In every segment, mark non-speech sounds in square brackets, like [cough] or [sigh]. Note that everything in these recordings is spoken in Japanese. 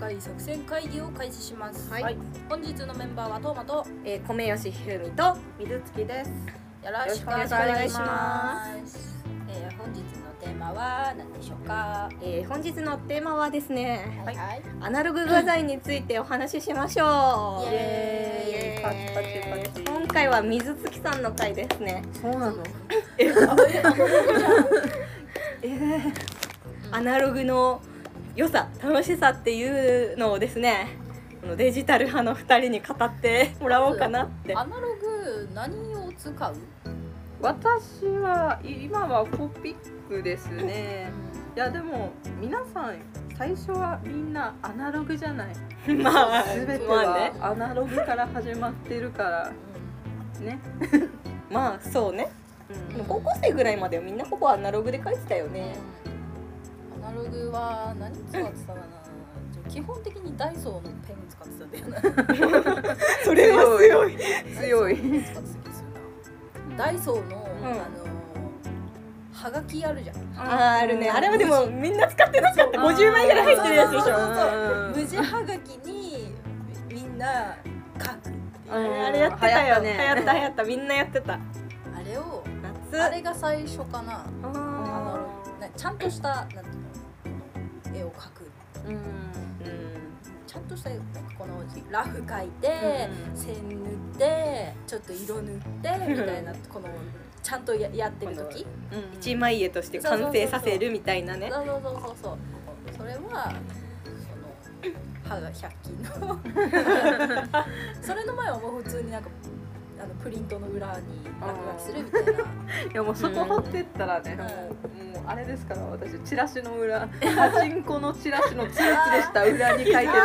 会作戦会議を開始します、はい本日のメンバーはトーマとえー、米吉ひふみと水月です。よろしくお願いしますえー本日のテーマは何でしょうかえー、本日のテーマはですね、はい、はい、アナログ画材についてお話ししましょう。イエーイイエーイ今回は水月さんの回ですね。そうなの。アナログの良さ、楽しさっていうのをですね、このデジタル派の二人に語ってもらおうかなっ [laughs] て。アナログ何を使う私は今はコピックですね。いやでも皆さん最初はみんなアナログじゃない。まあ、すべてまあねは、アナログから始まってるからね。まあそうね。うんもう高校生ぐらいまではみんなほぼアナログで書いてたよね。アナログは何使ってたかな [laughs] 基本的にダイソーのペン使ってたんだよなそれは強い。強い。使ってた気がするなダイソーの、あんのはがきあるじゃんあーあるね。あれはでもみんな使ってなかった。50枚ぐらい入ってるやつでしょ。無地はがきにみんな書くっていうあれうんあれやってたよ流行っねたね流行った流行ったみんなやってたあれを夏あれが最初かなアナロあグなちゃんとしたなんていうの絵を描くうん。ーちゃんとしたなんかこのラフ描いて、うん線塗ってちょっと色塗ってみたいなこのちゃんとややってる時うん一枚絵として完成させるみたいなねそうそうそうそうそうそれはその歯が100均のそれの前はもう普通になんかあのプリントの裏に落書きするみたいな。いやもうそこ掘ってったらね、んもうもうあれですから私チラシの [laughs] 裏パチンコのチラシのツルツルした裏に書いてた [laughs] か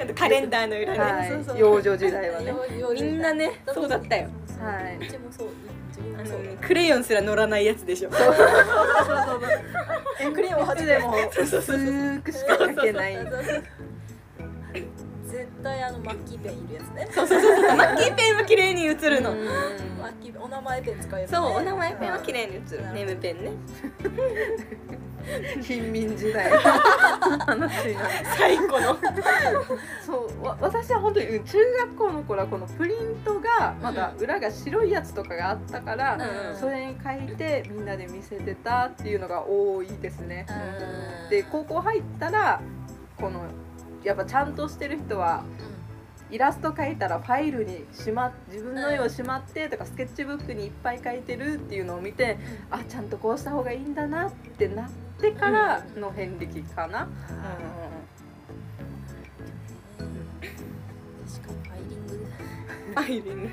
あとカレンダーの裏ら、ね、はそうそうい、幼女時代はねよよみんなねそうだったよはいうちもそう自分あものそうクレヨンすら乗らないやつでしょクレヨンいつでも薄くしか書 [laughs] けない絶対あのマッキーペンいるやつねマッキーペンは綺麗に写るの、マッキーペンお名前ペン使えるそうお名前ペンは綺麗麗に写るネームペンね貧民時代の話になる最古 [laughs] のそうわ私は本当にうん中学校の頃はこのプリントがまだ裏が白いやつとかがあったから、うんそれに書いてみんなで見せてたっていうのが多いですね、で高校入ったらこのやっぱちゃんとしてる人はイラスト描いたらファイルにしま自分の絵をしまってとかスケッチブックにいっぱい描いてるっていうのを見てあちゃんとこうした方がいいんだなってなってからの遍歴かな。確かにファイリングアイリンね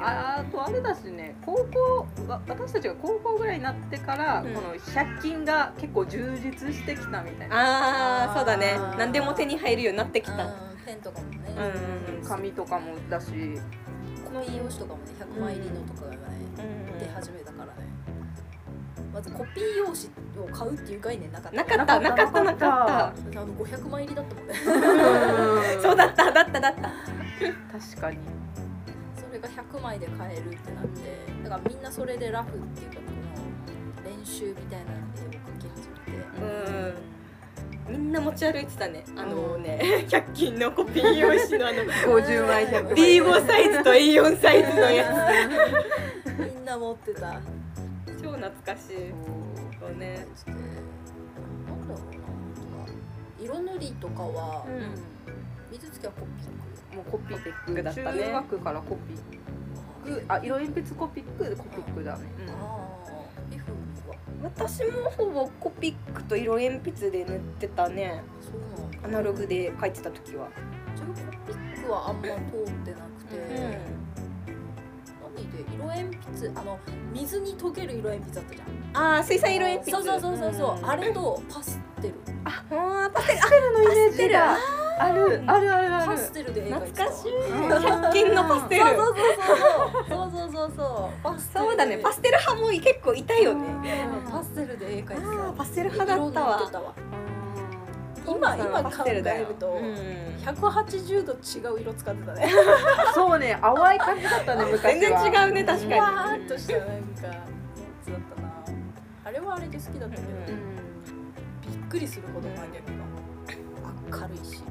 ああとあれだしね高校わ私たちが高校ぐらいになってから、うんこの100均が結構充実してきたみたいな。あーそうだねあー何でも手に入るようになってきたうんペンとかもねうんうん紙とかもだし、コピー用紙とかもね100枚入りのとかがね出始めたからねまずコピー用紙を買うっていう概念なかったなかったなかったなかあの500枚入りだったもんね [laughs] ったそうだっただっただった確かに。それが100枚で買えるってなってだからみんなそれでラフっていうかこの練習みたいな絵を描き始めてうんみんな持ち歩いてたねあのね、100均 [laughs] のコピー用紙のあの50枚100枚 B5 サイズと A4 サイズのや [laughs] みんな持ってたつ超懐かしいそうねそうなんだろうなあとは色塗りとかは、うん水付きはコピーもうコピッコピッククだだっったたねね中学からコピクックあ色鉛筆コピックコピックだね、ああ F は私もほぼコピックと色鉛筆で塗ってたねそうなんだアナログで書いてた時は、自分コピックはあんま通ってなくて、何で色鉛筆あの水に溶ける色鉛筆だったじゃんああ水彩色鉛筆そうそうそうそうそう、うんあれとパステルあーパステルああのイメージがあるあるあるあるパステルで絵が懐かしいうん100均のパステルそうそうそうそうそうそうそうそうパステルそうだねパステル派も結構いたよねうんパステルで絵描いてあーたパステル派だったわ色塗てたわ今今考えると、うん180度違う色使ってたね。そうね淡い感じだったね昔は全然違うね確かにふわーっとしたなんかやつだったな。あれはあれで好きだったけど、うんびっくりするほどマニアックだ。明るいし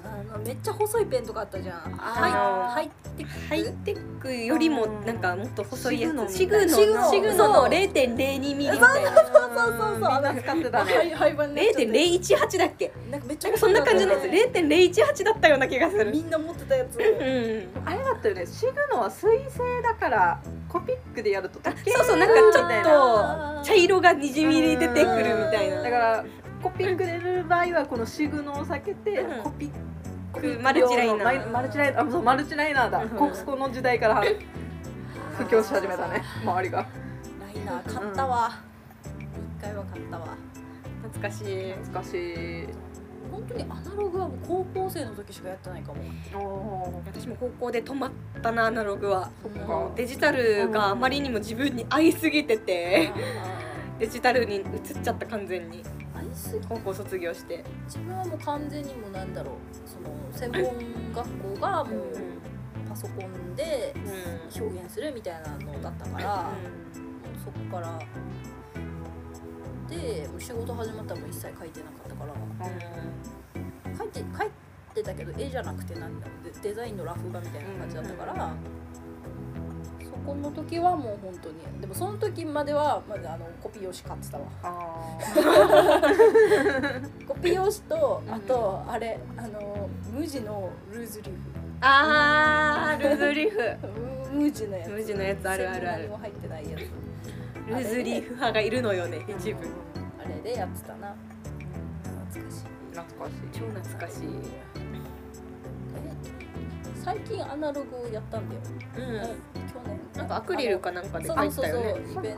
あとあのめっちゃ細いペンとかあったじゃんあーはい入ってくハイテックよりもなんかもっと細いやつシシグノグノシグノシグノの0.02ミリみたいなそうそうそうそうみんな使ってたはねい廃盤になっちゃって0.018だっけなんかめっちなゃんかそんな感じのやつ細かっ0.018だったような気がすたねみるんな持ってたやつうんあれだったよねシグノは水性だからコピックでやるとあ時計そうそうなんかちょっあーと茶色がにじみ出てくるみたいうんなだからコピックでやる場合はこのシグノを避けてうんコピックマルチライナーママルチライナーあそうマルチライナーだうんここの時代から布教し始めたね周りがライナー買ったわ一回は買ったわ懐かしい懐かしい本当にアナログはもう高校生の時しかやってないかもお私も高校で止まったなアナログはそっかもうデジタルがあまりにも自分に合いすぎててデジタルに移っちゃった完全にアイス高校卒業して自分はもう完全にもうなんだろうその専門学校がもうパソコンでう表現するみたいなのだったから、もうそこからでもう仕事始まったらもう一切書いてなかったから書いて書いてたけど絵じゃなくてなんだろうデデザインのラフ画みたいな感じだったから、そこの時はもう本当にでもその時まではまずあのコピー用紙買ってたわあ [laughs] コピー用紙とうんあとあれあの無地のルーズリーフあールズリーフう無地のやつ無地のやつあるあるある何も入ってないやつルーズリーフ派がいるのよね一部あれでやってたな懐かしい懐かしい超懐かしい、え最近アナログをやったんだよ、うん、去年なんかアクリルかなんかでそ入うっそうたそうよイねベントで出し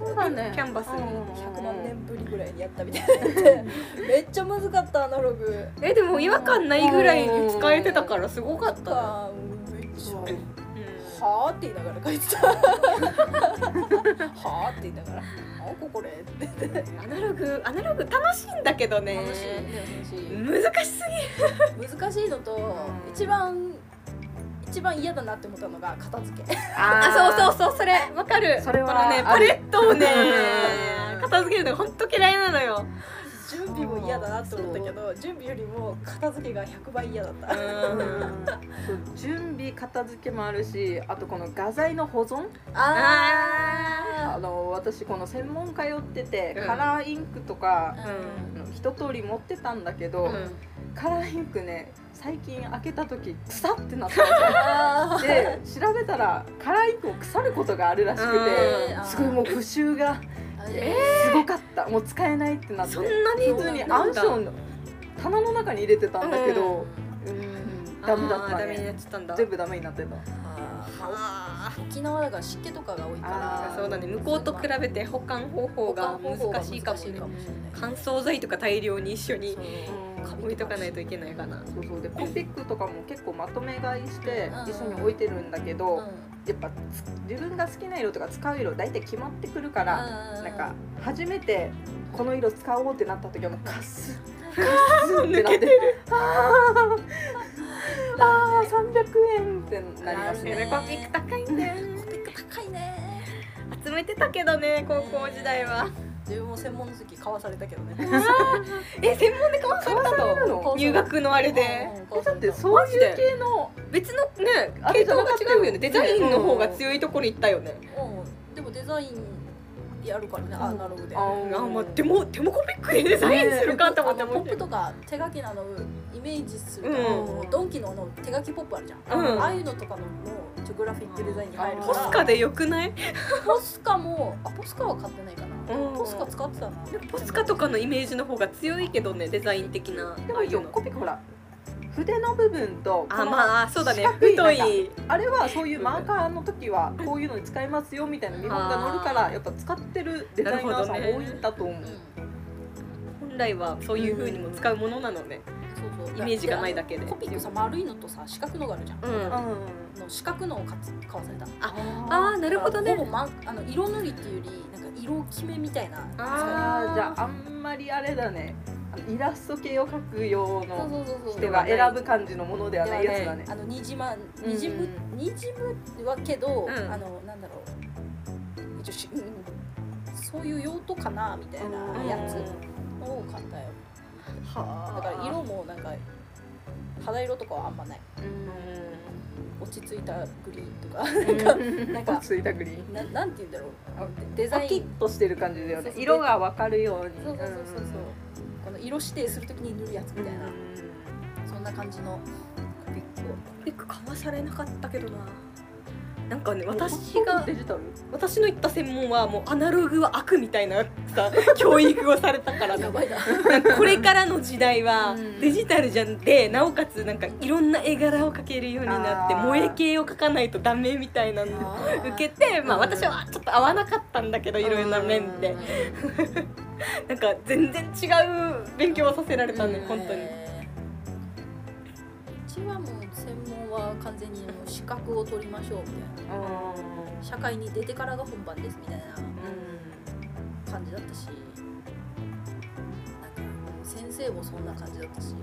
てそうだねキャンバスに100万年ぶりぐらいにやったみたいなやつでめっちゃむずかったアナログえでも違和感ないぐらいに使えてたからすごかったな、かめっちゃううんはあって言いながら書いてたはあって言いながら「あここれ」ってアナログアナログ楽しいんだけどね楽しい難しすぎ楽しい難しいのとうん一番一番嫌だなって思ったのが片付けあそううそう [laughs] そうそれわかるそれはこのねあパるレットをねうん片付けるのが本当嫌いなのよ準備も嫌だなって思ったけど準備よりも片付けが100倍嫌だった [laughs] そう準備片付けもあるしあとこの画材の保存ああの私この専門通ってて、うんカラーインクとかう、んあの一通り持ってたんだけど、ーうんカラーインクね最近開けた時腐ってなったあの [laughs] で調べたらカラーインクも腐ることがあるらしくてうんすごいもう腐臭がーえすごかったもう使えないってなってそんなに普通に暗証の棚の中に入れてたんだけど、うんダメだったダメになねっちゃったんだ全部ダメになってたあ沖縄だから湿気とかが多いからあーそうだね向こうと比べて保管方法が難しいかもね乾燥剤とか大量に一緒にそう置いとかないといけないかなそうそうでコピックとかも結構まとめ買いしてうん一緒に置いてるんだけど、うんやっぱつ自分が好きな色とか使う色大体決まってくるから、なんか初めてこの色使おうってなった時はもうカス [laughs] カスってなってあーあー300円ってなりますなるねねコピック高いんだ [laughs] よねコピック高いね集めてたけどね高校時代は自分も専門の時買わされたけどねえ専門で買わされた買わされるのの入学のあれで買わださっれてたそうマジいうで系の別のねあ系れじゃ統ながかったよ違うよねデザインの方が強いところに行ったよねうんでもデザインやるからねアナログでああまあ手も手もコピックでデザインするかと思ってポ思っップてとか手書きなのイメージすると、うんドンキのあの手書きポップあるじゃん、うんああいうのとかのもちょグラフィックデザインに入るからポスカでよくないポスカもあポスカは買ってないかな、うんポスカ使ってたなポスカとかのイメージの方が強いけどねデザイン的なでああもいうよのコピックほら筆の部分とこあのまあそうだね四角い太いなんあれはそういうマーカーの時はこういうのに使いますよみたいな見本が載るからやっぱ使ってるデザイナーさん多いんだと思う、うん本来はそういう風にも使うものなのねそうそうイメージがないだけでコピックさ丸いのとさ四角のがあるじゃん、うんあの四角のを買っ買わされたあーなるほどねほぼ、ま、あの色塗りっていうよりなんか色決めみたいなあーじゃああんまりあれだねあのイラスト系を描く用そうのそうそうそう人が選ぶ感じのものではないやつだねあのにじまうんにじむにじむはけど、うんあのなんだろう一応し、うん、そういう用途かなみたいなやつを買ったよ、はだから色もなんか肌色とかはあんまない落ち着いたグリーンとか [laughs] なんか落ち着いたグリーンななんて言うんだろうあデザパキイッンとしてる感じだよそうねそう色がわかるようにそうそうそうそうそうこの色指定するときに塗るやつみたいな、そんな感じのコピックをピックかわされなかったけどななんかね私私ががデジタル私の行った専門はもうアナログは悪みたいなさ [laughs] 教育をされたから [laughs] やばいな [laughs] これからの時代はうんデジタルじゃんでなおかつなんかいろんな絵柄を描けるようになってあー萌え系を描かないとダメみたいなのを受けて、まあ、うん私はちょっと合わなかったんだけどいろいろな面でなんか全然違う勉強をさせられたね本当に。えーうちはもう専門は完全にもう資格を取りましょうみたいな社会に出てからが本番ですみたいな感じだったしなんか先生もそんな感じだったし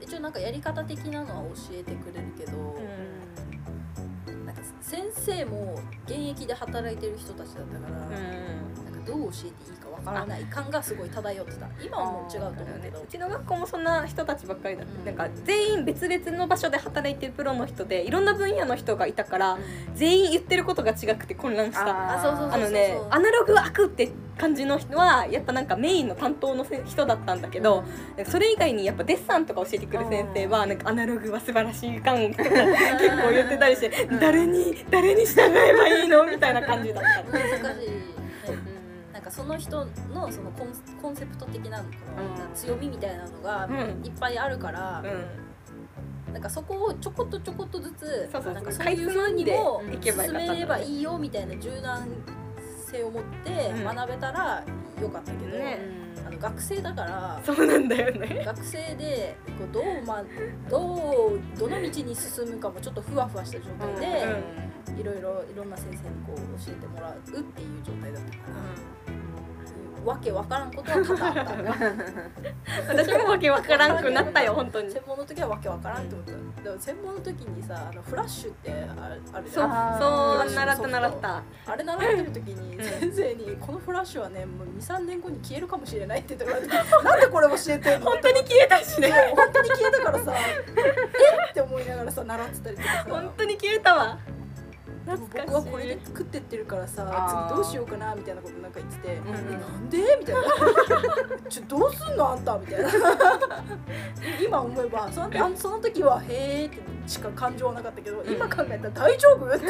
一応なんかやり方的なのは教えてくれるけど、なんか先生も現役で働いてる人たちだったから、なんかどう教えていいかわからない感がすごい漂ってた今はもう違うと思うけどうちの学校もそんな人たちばっかりだっうんて、なんか全員別々の場所で働いてるプロの人でいろんな分野の人がいたから全員言ってることが違くて混乱したあそうそうあのねそうそうアナログ悪って感じの人はやっぱなんかメインの担当のせ人だったんだけど、それ以外にやっぱデッサンとか教えてくる先生はなんかアナログは素晴らしい感を結構言ってたりしてん誰に誰に従えばいいの [laughs] みたいな感じだった。難しい、なんかその人のそのコンコンセプト的なこのうん強みみたいなのがうんいっぱいあるからう、んなんかそこをちょこっとちょこっとずつそうそうなんかそうかいいうつふまうんにでもいけ進ばよかっためればいいよみたいな柔軟性を持ってうん学べたらよかったけど、ねあの学生だからそうなんだよね。学生でこうどう,、ま、どうどの道に進むかもちょっとふわふわした状態で。いろいろいろんな先生にこう教えてもらうっていう状態だったから、わけわからんことは多々あった私も [laughs] わけわからんくなっ [laughs] たよ本当に。専門の時はわけわからんってことだでも専門の時にさあのフラッシュってあるあるじそうゃんあーそう習った習った。あれ習ってる時にん先生に「このフラッシュはねもう23年後に消えるかもしれない」って言ってもら [laughs] って「なんでこれ教えてんの?」本当に消えたしね。本当に消えたからさ [laughs] 「えっ?」て思いながらさ習ってたりとかさ本当に消えたわ。でも懐かしい僕はこれで食ってってるからさあー次どうしようかなみたいなことなんか言ってて「んえなんで?」みたいな「ちょどうすんのあんた」みたいな今思えばそのあのその時は「へえ」ってしか感情はなかったけど今考えたら「大丈夫?」って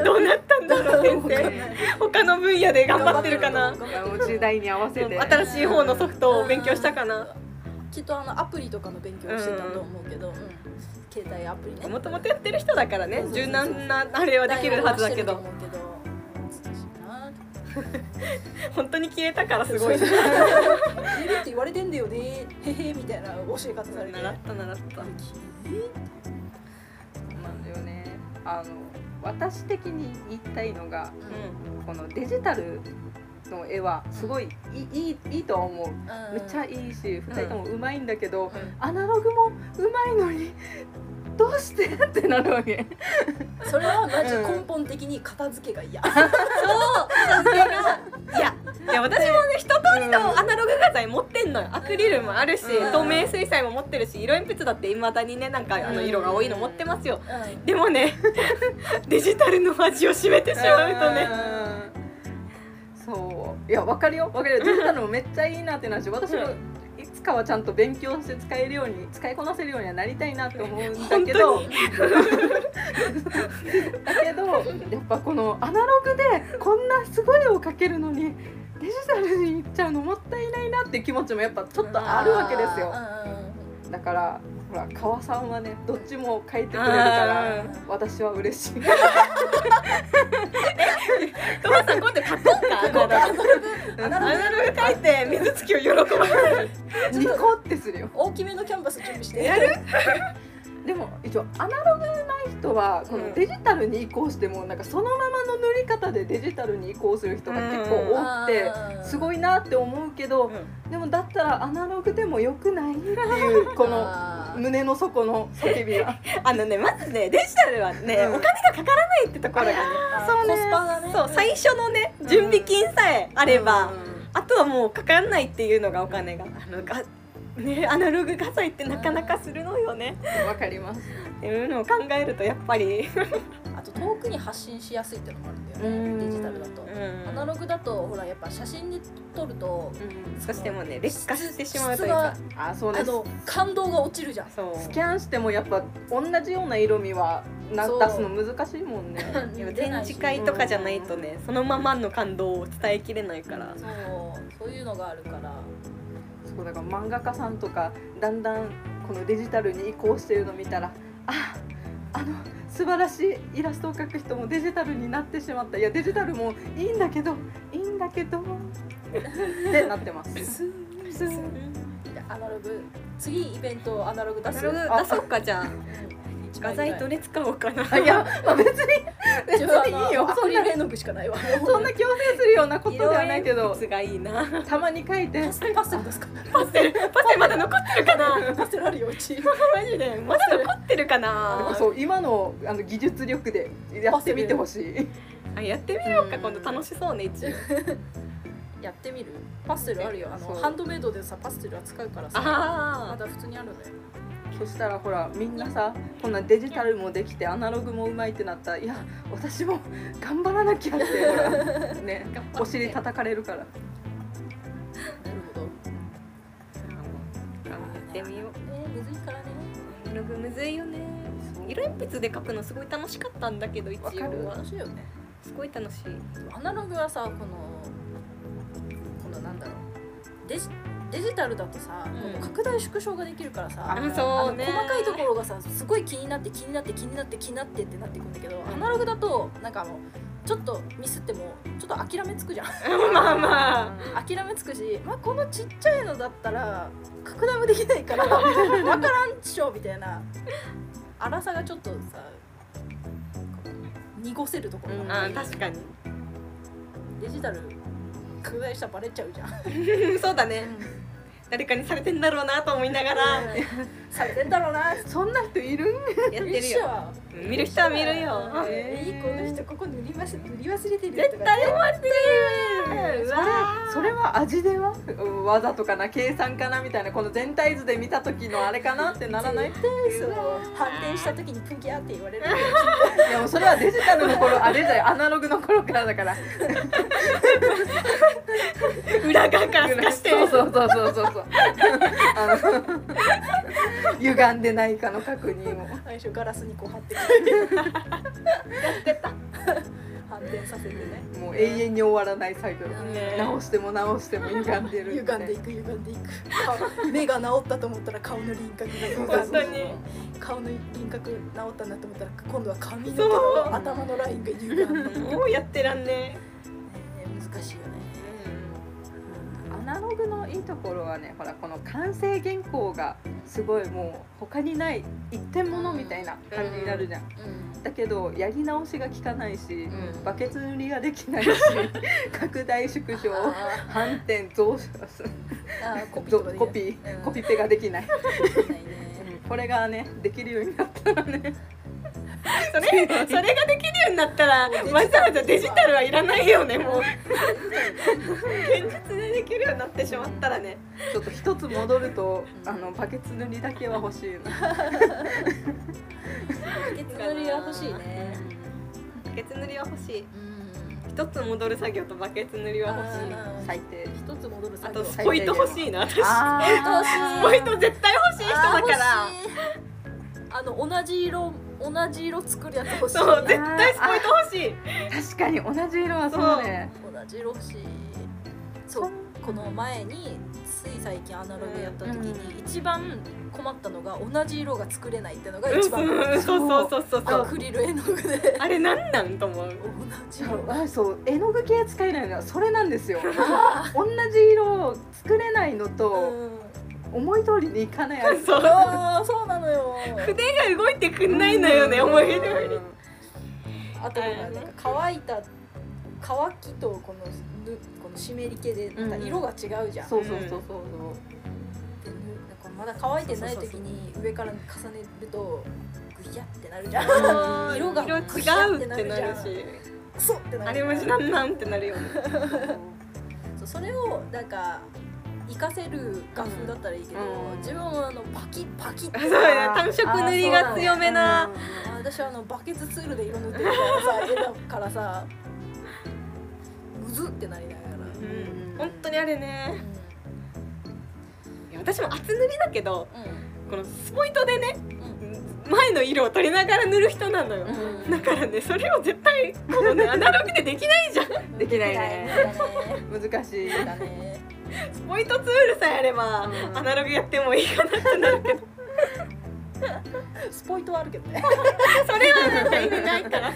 どうなったんだろう先生。他の分野で頑張ってるかな頑。張ってる時代に合わせて新しい方のソフトを勉強したかな。きっとあのアプリとかの勉強をしてたと思うけど、うん携帯アプリねもともとやってる人だからねそう、そうそう柔軟なあれはできるはずだけ大ど学、はしてると思うけど難しいなって本当に消えたからすごい。そ習うっ「寝るって言われてんだよねへへ」みたいな教え方されてた習った。なんだよねあの私的に言いたいのがうこのデジタルの絵はすごいいいいいいいとは思うめっちゃいいし2人ともうまいんだけど、んアナログもうまいのにどうしてってなるわけそれはマジうん根本的に片付けが嫌いや、いや私もね一通りのアナログ画材持ってんのよ。アクリルもあるし、うん透明水彩も持ってるし、色鉛筆だって未だにねなんかあの色が多いの持ってますうよ。でもね、 [laughs] デジタルの味を占めてしまうとね。そういやわかるよわかるよデジタルもめっちゃいいなってなるし私もいつかはちゃんと勉強して使えるように使いこなせるようにはなりたいなって思うんだけ [laughs] どだけどやっぱこのアナログでこんなすごい絵を描けるのにデジタルに行っちゃうのもったいないなって気持ちもやっぱちょっとあるわけですよだからほら川さんはねどっちも描いてくれるからうん私は嬉 [laughs] しい。トモさん今度書こうか。アナログアナログ書いて水月を喜ばせる。ニコってするよ大きめのキャンバス準備してやるでも一応アナログない人はこうんのデジタルに移行してもなんかそのままの塗り方でデジタルに移行する人が結構多くてすいごいなって思うけどでもだったらアナログでもよくないっていうこの胸の底の叫びがあのねまずねデジタルは [laughs] ね、うんお金がかからないってところがねそうねココススパパがねそう最初のね準備金さえああれば、あとはもうかからないっていうのがお金があのがねアナログ画材ってなかなかするのよねわかりますっていうのを考えるとやっぱりあと遠くに発信しやすいってのもあるんだようんねデジタルだとうんアナログだとほらやっぱ写真で撮ると少しでもね劣化してしまう質というか質あそうがあですの感動が落ちるじゃんそうスキャンしてもやっぱ同じような色味はなそう出すの難しいもんねやっぱ展示会とかじゃないとねそのままの感動を伝えきれないからそうそういうのがあるからそうだから漫画家さんとかだんだんこのデジタルに移行してるの見たらああの素晴らしいイラストを描く人もデジタルになってしまったいやデジタルもいいんだけどいいんだけどってなってます [laughs] アナログ次イベントアナログ出すそれああそっかじゃあ一画枚ぐ材らどれ使おうかなあいや、まあ、別に別自分はにいい [laughs] よアそプんリなレノグしかないわそんな強制するようなことで色ははなないいけけどどがいいなたまに書いてパステルパステルですかパステルパステルまだ残ってるかなパステルあるようちマジでまだ残ってるかなそう今のあの技術力でやってみてほしい。あやってみようかうん今度楽しそうね一応やってみるパステルあるよあのそうハンドメイドでさパステルは使うからさまあだ普通にあるんだよそしたらほらみんなさこんなデジタルもできてアナログもうまいってなったらいや私も頑張らなきゃってほ [laughs] らね頑張ってお尻叩かれるからなるほどあやってみようねむずいからねアナログむずいよね色鉛筆で描くのすごい楽しかったんだけど一応わかるは楽しいよねすごい楽しいアナログはさこのこのなんだろうデジデジタルだとさ、うんこの拡大縮小ができるからさあああそのうね細かいところがさすごい気になって気になって気になって気になってってなっていくんだけど、アナログだとなんかもうちょっとミスってもちょっと諦めつくじゃん [laughs] まあまあ [laughs] 諦めつくし、まあ、このちっちゃいのだったら拡大もできないから分からんっしょみたいな粗さがちょっとさこう濁せるところがああって確かにデジタル拡大したらバレちゃうじゃんそうだね誰かにされてんだろうなと思いながらされてんだろうなやっそんな人いるんやってるよ見る人は見るよえー、この人ここ塗ります塗り忘れてる絶対思ってるうわそれは味ではうんわざとかな計算かなみたいなこの全体図で見た時のあれかなってならない絶対その反転した時にプギャーって言われるでもそれはデジタルの頃あれだよアナログの頃からだから裏側から透かしてそうそうそうそうそうそうあの [laughs] 歪んでないかの確認を最初ガラスにこう貼ってく反転させてねもう永遠に終わらない作業ね直しても直しても歪んでる歪んでいく歪んでいく目が治ったと思ったら顔の輪郭が本当に顔の輪郭治ったなと思ったら今度は髪の毛そうと頭のラインが歪んでいく、ねもうやってらんね難しいよねアナログのいいところはねほらこの完成原稿がすごいもう他にない一点物みたいな感じになるじゃん、うんだけどやり直しが効かないし、うんバケツ塗りができないし拡大縮 [laughs] 小あ反転増殖ーあーコピーぞとかできないコピー、うんコピペができない、できないねこれがねできるようになったらねそ [laughs] れ [laughs] それができるようになったらわざわざデジタルはいらないよねもう現実でできるようになってしまったらねちょっと一つ戻るとうんあのバケツ塗りだけは欲しいなバケツ塗りは欲しいねバケツ塗りは欲しいうん一つ戻る作業とバケツ塗りは欲しい最低一つ戻るあ作業とスポイト欲しいな私スあ [laughs] ポイト絶対欲しい人だあからー欲しいあの同じ色同じ色作るやつ欲しいそう同絶対スポイト欲しいー確かに同じ色はそうねじ色欲しいそうこの前につい最近アナログやった時うに一番困ったのが同じ色が作れないってのがうん一番そうそうそうそうそアうクリル絵の具であれなんなんと思う同じそ色うあそう絵の具系使えないのはそれなん [laughs] ですよ同じ色を作れないのとうん思い通りにいかないやつそうあーそうなのよ筆が動いてくんないのよね思い通りあとなんか乾いた乾きとこのぬこの湿り気でまた色が違うじゃん、そうそうそうそうでぬなんかまだ乾いてない時に上から重ねるとグヒャってなるじゃん [laughs] うん色が違うってなるしクソってなるあれマジなんなんってなるよねそうそうそれをなんか活かせる画風だったらいいけど、うん自分はあのパキッパキッってそうや単色塗りが強めなあ私はあのバケツツールで色塗ってるからさ絵だからさうずってなりながら、ううんうん本当にあれねんいや私も厚塗りだけどこのスポイトでね前の色を取りながら塗る人なのよ、うんだからねそれを絶対この [laughs] ねアナログでできないじゃんうんできないねでうん難しいきないだねスポイトツールさえあれば、うんアナログやってもいいかなってなるけど [laughs] スポイトはあるけどねそれはなんか意味ない [laughs] から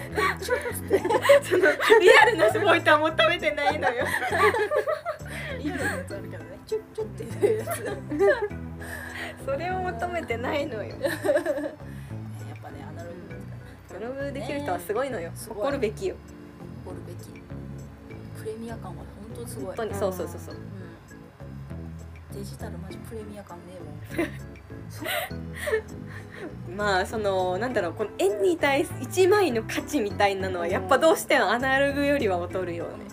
そのリアルなスポイトはもう食べてないのよリアルなやつあるけどねチュッチュッっていうやつやっそれを求めてないのよぱねアナログですからアナログできる人はすごいのよ、すごい誇るべきよ誇るべきプレミア感は本当すごい本当にそうそうそうそううんデジタルマジプレミア感ねえまあそのなんだろうこの円に対す一枚の価値みたいなのはやっぱどうしてもアナログよりは劣るよもんね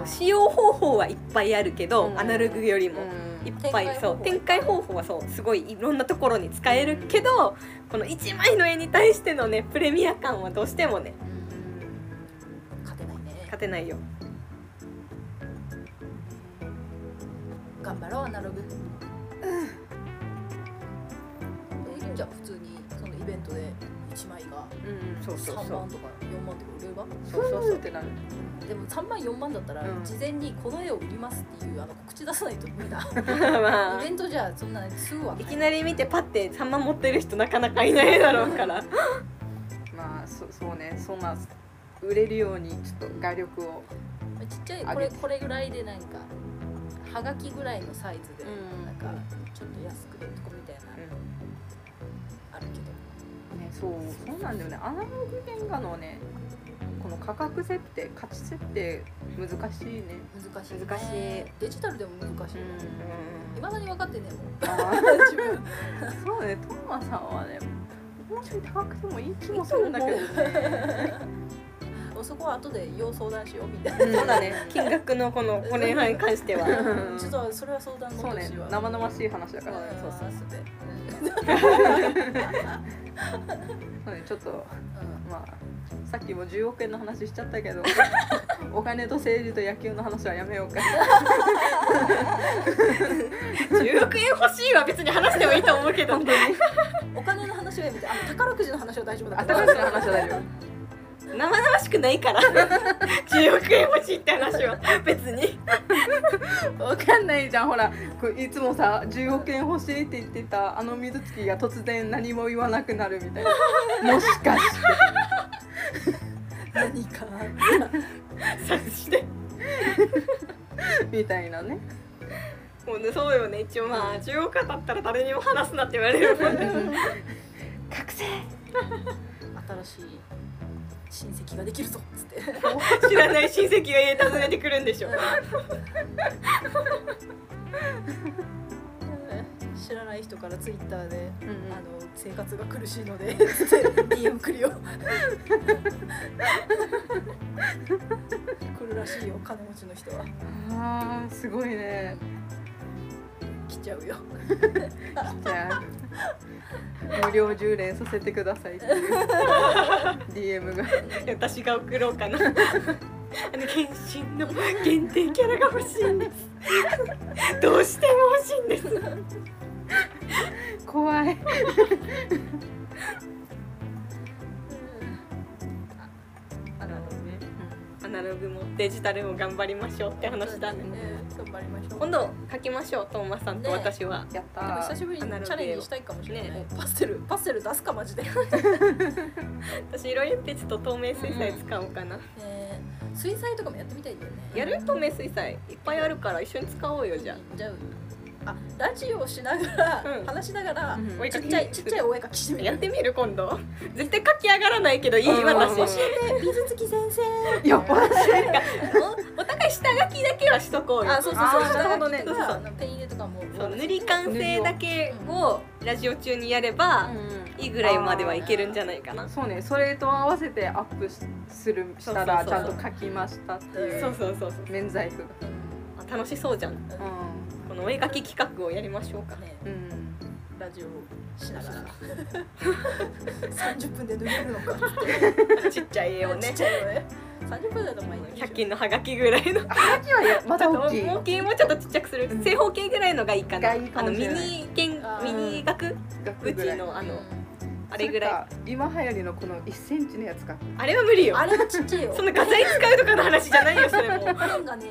うん使用方法はいっぱいあるけど、うんアナログよりも、いっぱい展開方法そう展開方法はそうすごいいろんなところに使えるけど、この1枚の絵に対してのねプレミア感はどうしてもね勝てないね勝てないよ [laughs] 頑張ろうアナログいいんじゃん普通にそのイベントで1枚がうんそうそう3そう万とか4万とか売ればそうそうそうってなるでも3万4万だったらうん事前にこの絵を売りますっていうあの告知出さないと無理だまあイベントじゃそんなすぐはい買きえなり見てパッて3万持ってる人なかなかいないだろうからまあそそうねそんな売れるようにちょっと画力をちっちゃいあこれげてこれぐらいでなんかはがきぐらいのサイズでうんなんかちょっと安く売るとこみたいなあるけどね、そうそうなんだよねアナログ原画のねこの価格設定価値設定難しいね難しいね難しいデジタルでも難しいいまだに分かってねえもんあ [laughs] 自分ーそうねトーマさんはねもうちょい高くてもいい気もするんだけどもうそこは後で要相談しようみたいなそうだね金額のこのこれに関してはうんちょっとそれは相談そのう年ねは生々しい話だからねそうそうそうそうねちょっとうまあさっきも10億円の話しちゃった [laughs] けどお金と政治と野球の話はやめ [laughs] ようか10億円欲しいは別に話してもいいと思うけど本当にんお金の話はやめてあ宝くじの話は大丈夫だあか高ら橋の話は大丈夫生々しくないから [laughs] 10億円欲しいって話は別にわかんないじゃんほらこういつもさ10億円欲しいって言ってたあの水月が突然何も言わなくなるみたい [laughs] なもしかして何か察してみたいなねもうねそうよね一応まあ10億当たったら誰にも話すなって言われるもんね覚醒新しい親戚ができるぞっつって知ら [laughs] ない親戚が家訪ねてくるんでしょ知らない人からツイッターでうんあの生活が苦しいので [laughs] DM 来るよ来るらしいよ金持ちの人はあーすごいね来ちゃうよじゃあ無料充電させてくださいっていう DM が私が送ろうか [laughs] なあの原神の限定キャラが欲しいんですどうしても欲しいんです怖いあのねアナログもデジタルも頑張りましょうって話だね頑張りましょう今度書きましょうトーマさんと私は、やったでも久ーしぶりにチャレンジしたいかもしれない、ねパステルパステル出すかマジで、私色鉛筆と透明水彩使おうかな、えー、水彩とかもやってみたいんだよねやる透明水彩いっぱいあるから一緒に使おうよじゃじゃああラジオをしながら、うん話しながら、うんお絵ちかっきちゃいちっちゃいお絵描きしてみるやってみる今度絶対書き上がらないけどいい私うんおうん水月先生いやマジお互い下書きだけはしとこうよあそうそうそうあ下ーなる書ほどきねとかあのペン入れとかもそう塗り完成だけをラジオ中にやればいいぐらいまではいけるんじゃないかなそうねそれと合わせてアップしするしたらそちうそうゃそうそんうと書きましたってういんうそうそうそうそう免罪符がうん確楽しそうじゃんこのお絵描き企画をやりましょうか [laughs] ねうんうんラジオしながら30分で抜けるのかってちっちゃい絵をちねっちゃいよね30分だとまあいい100均のハガキぐらいの秋はやまた大きいちょっと大きいもうちょっとちっちゃくする正方形ぐらいのがいいかながいいあかのもしミれないニ剣あミーニ額額縁ぐらいのああののあれぐらいそか今流行りのこの1センチのやつかあれは無理よあれはちっちゃいよそんな画材使うとかの話じゃないよそれもペンがね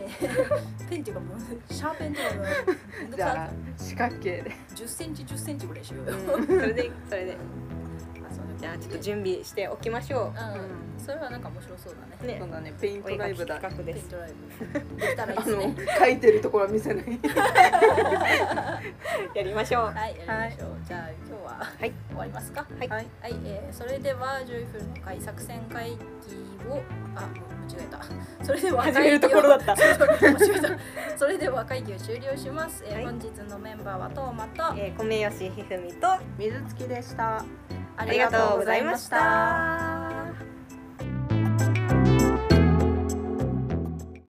ペンっていうかもうシャーペンとかがめんどくじさゃあ四角形で1 0ンチ1 0ンチぐらいしようよ、それでそれであそうねじゃあちょっと準備しておきましうょんそれはなんか面白そうだねうねそうだねペインおト絵ライ描きブだ企画ペでンすドライブできたらいいあですのね書いてるところは見せないやりましょうはいやりましょう、じゃあ今日は、い終わりますかはいはいはい、えーそれではジョイフルの会作戦会議をあ間違えた [laughs] それでは始めるところだった [laughs] 間違えた [laughs] それでは会議を終了します、えーはい本日のメンバーはトーマとえー米吉ひふみと [laughs] 水月でしたありがとうございました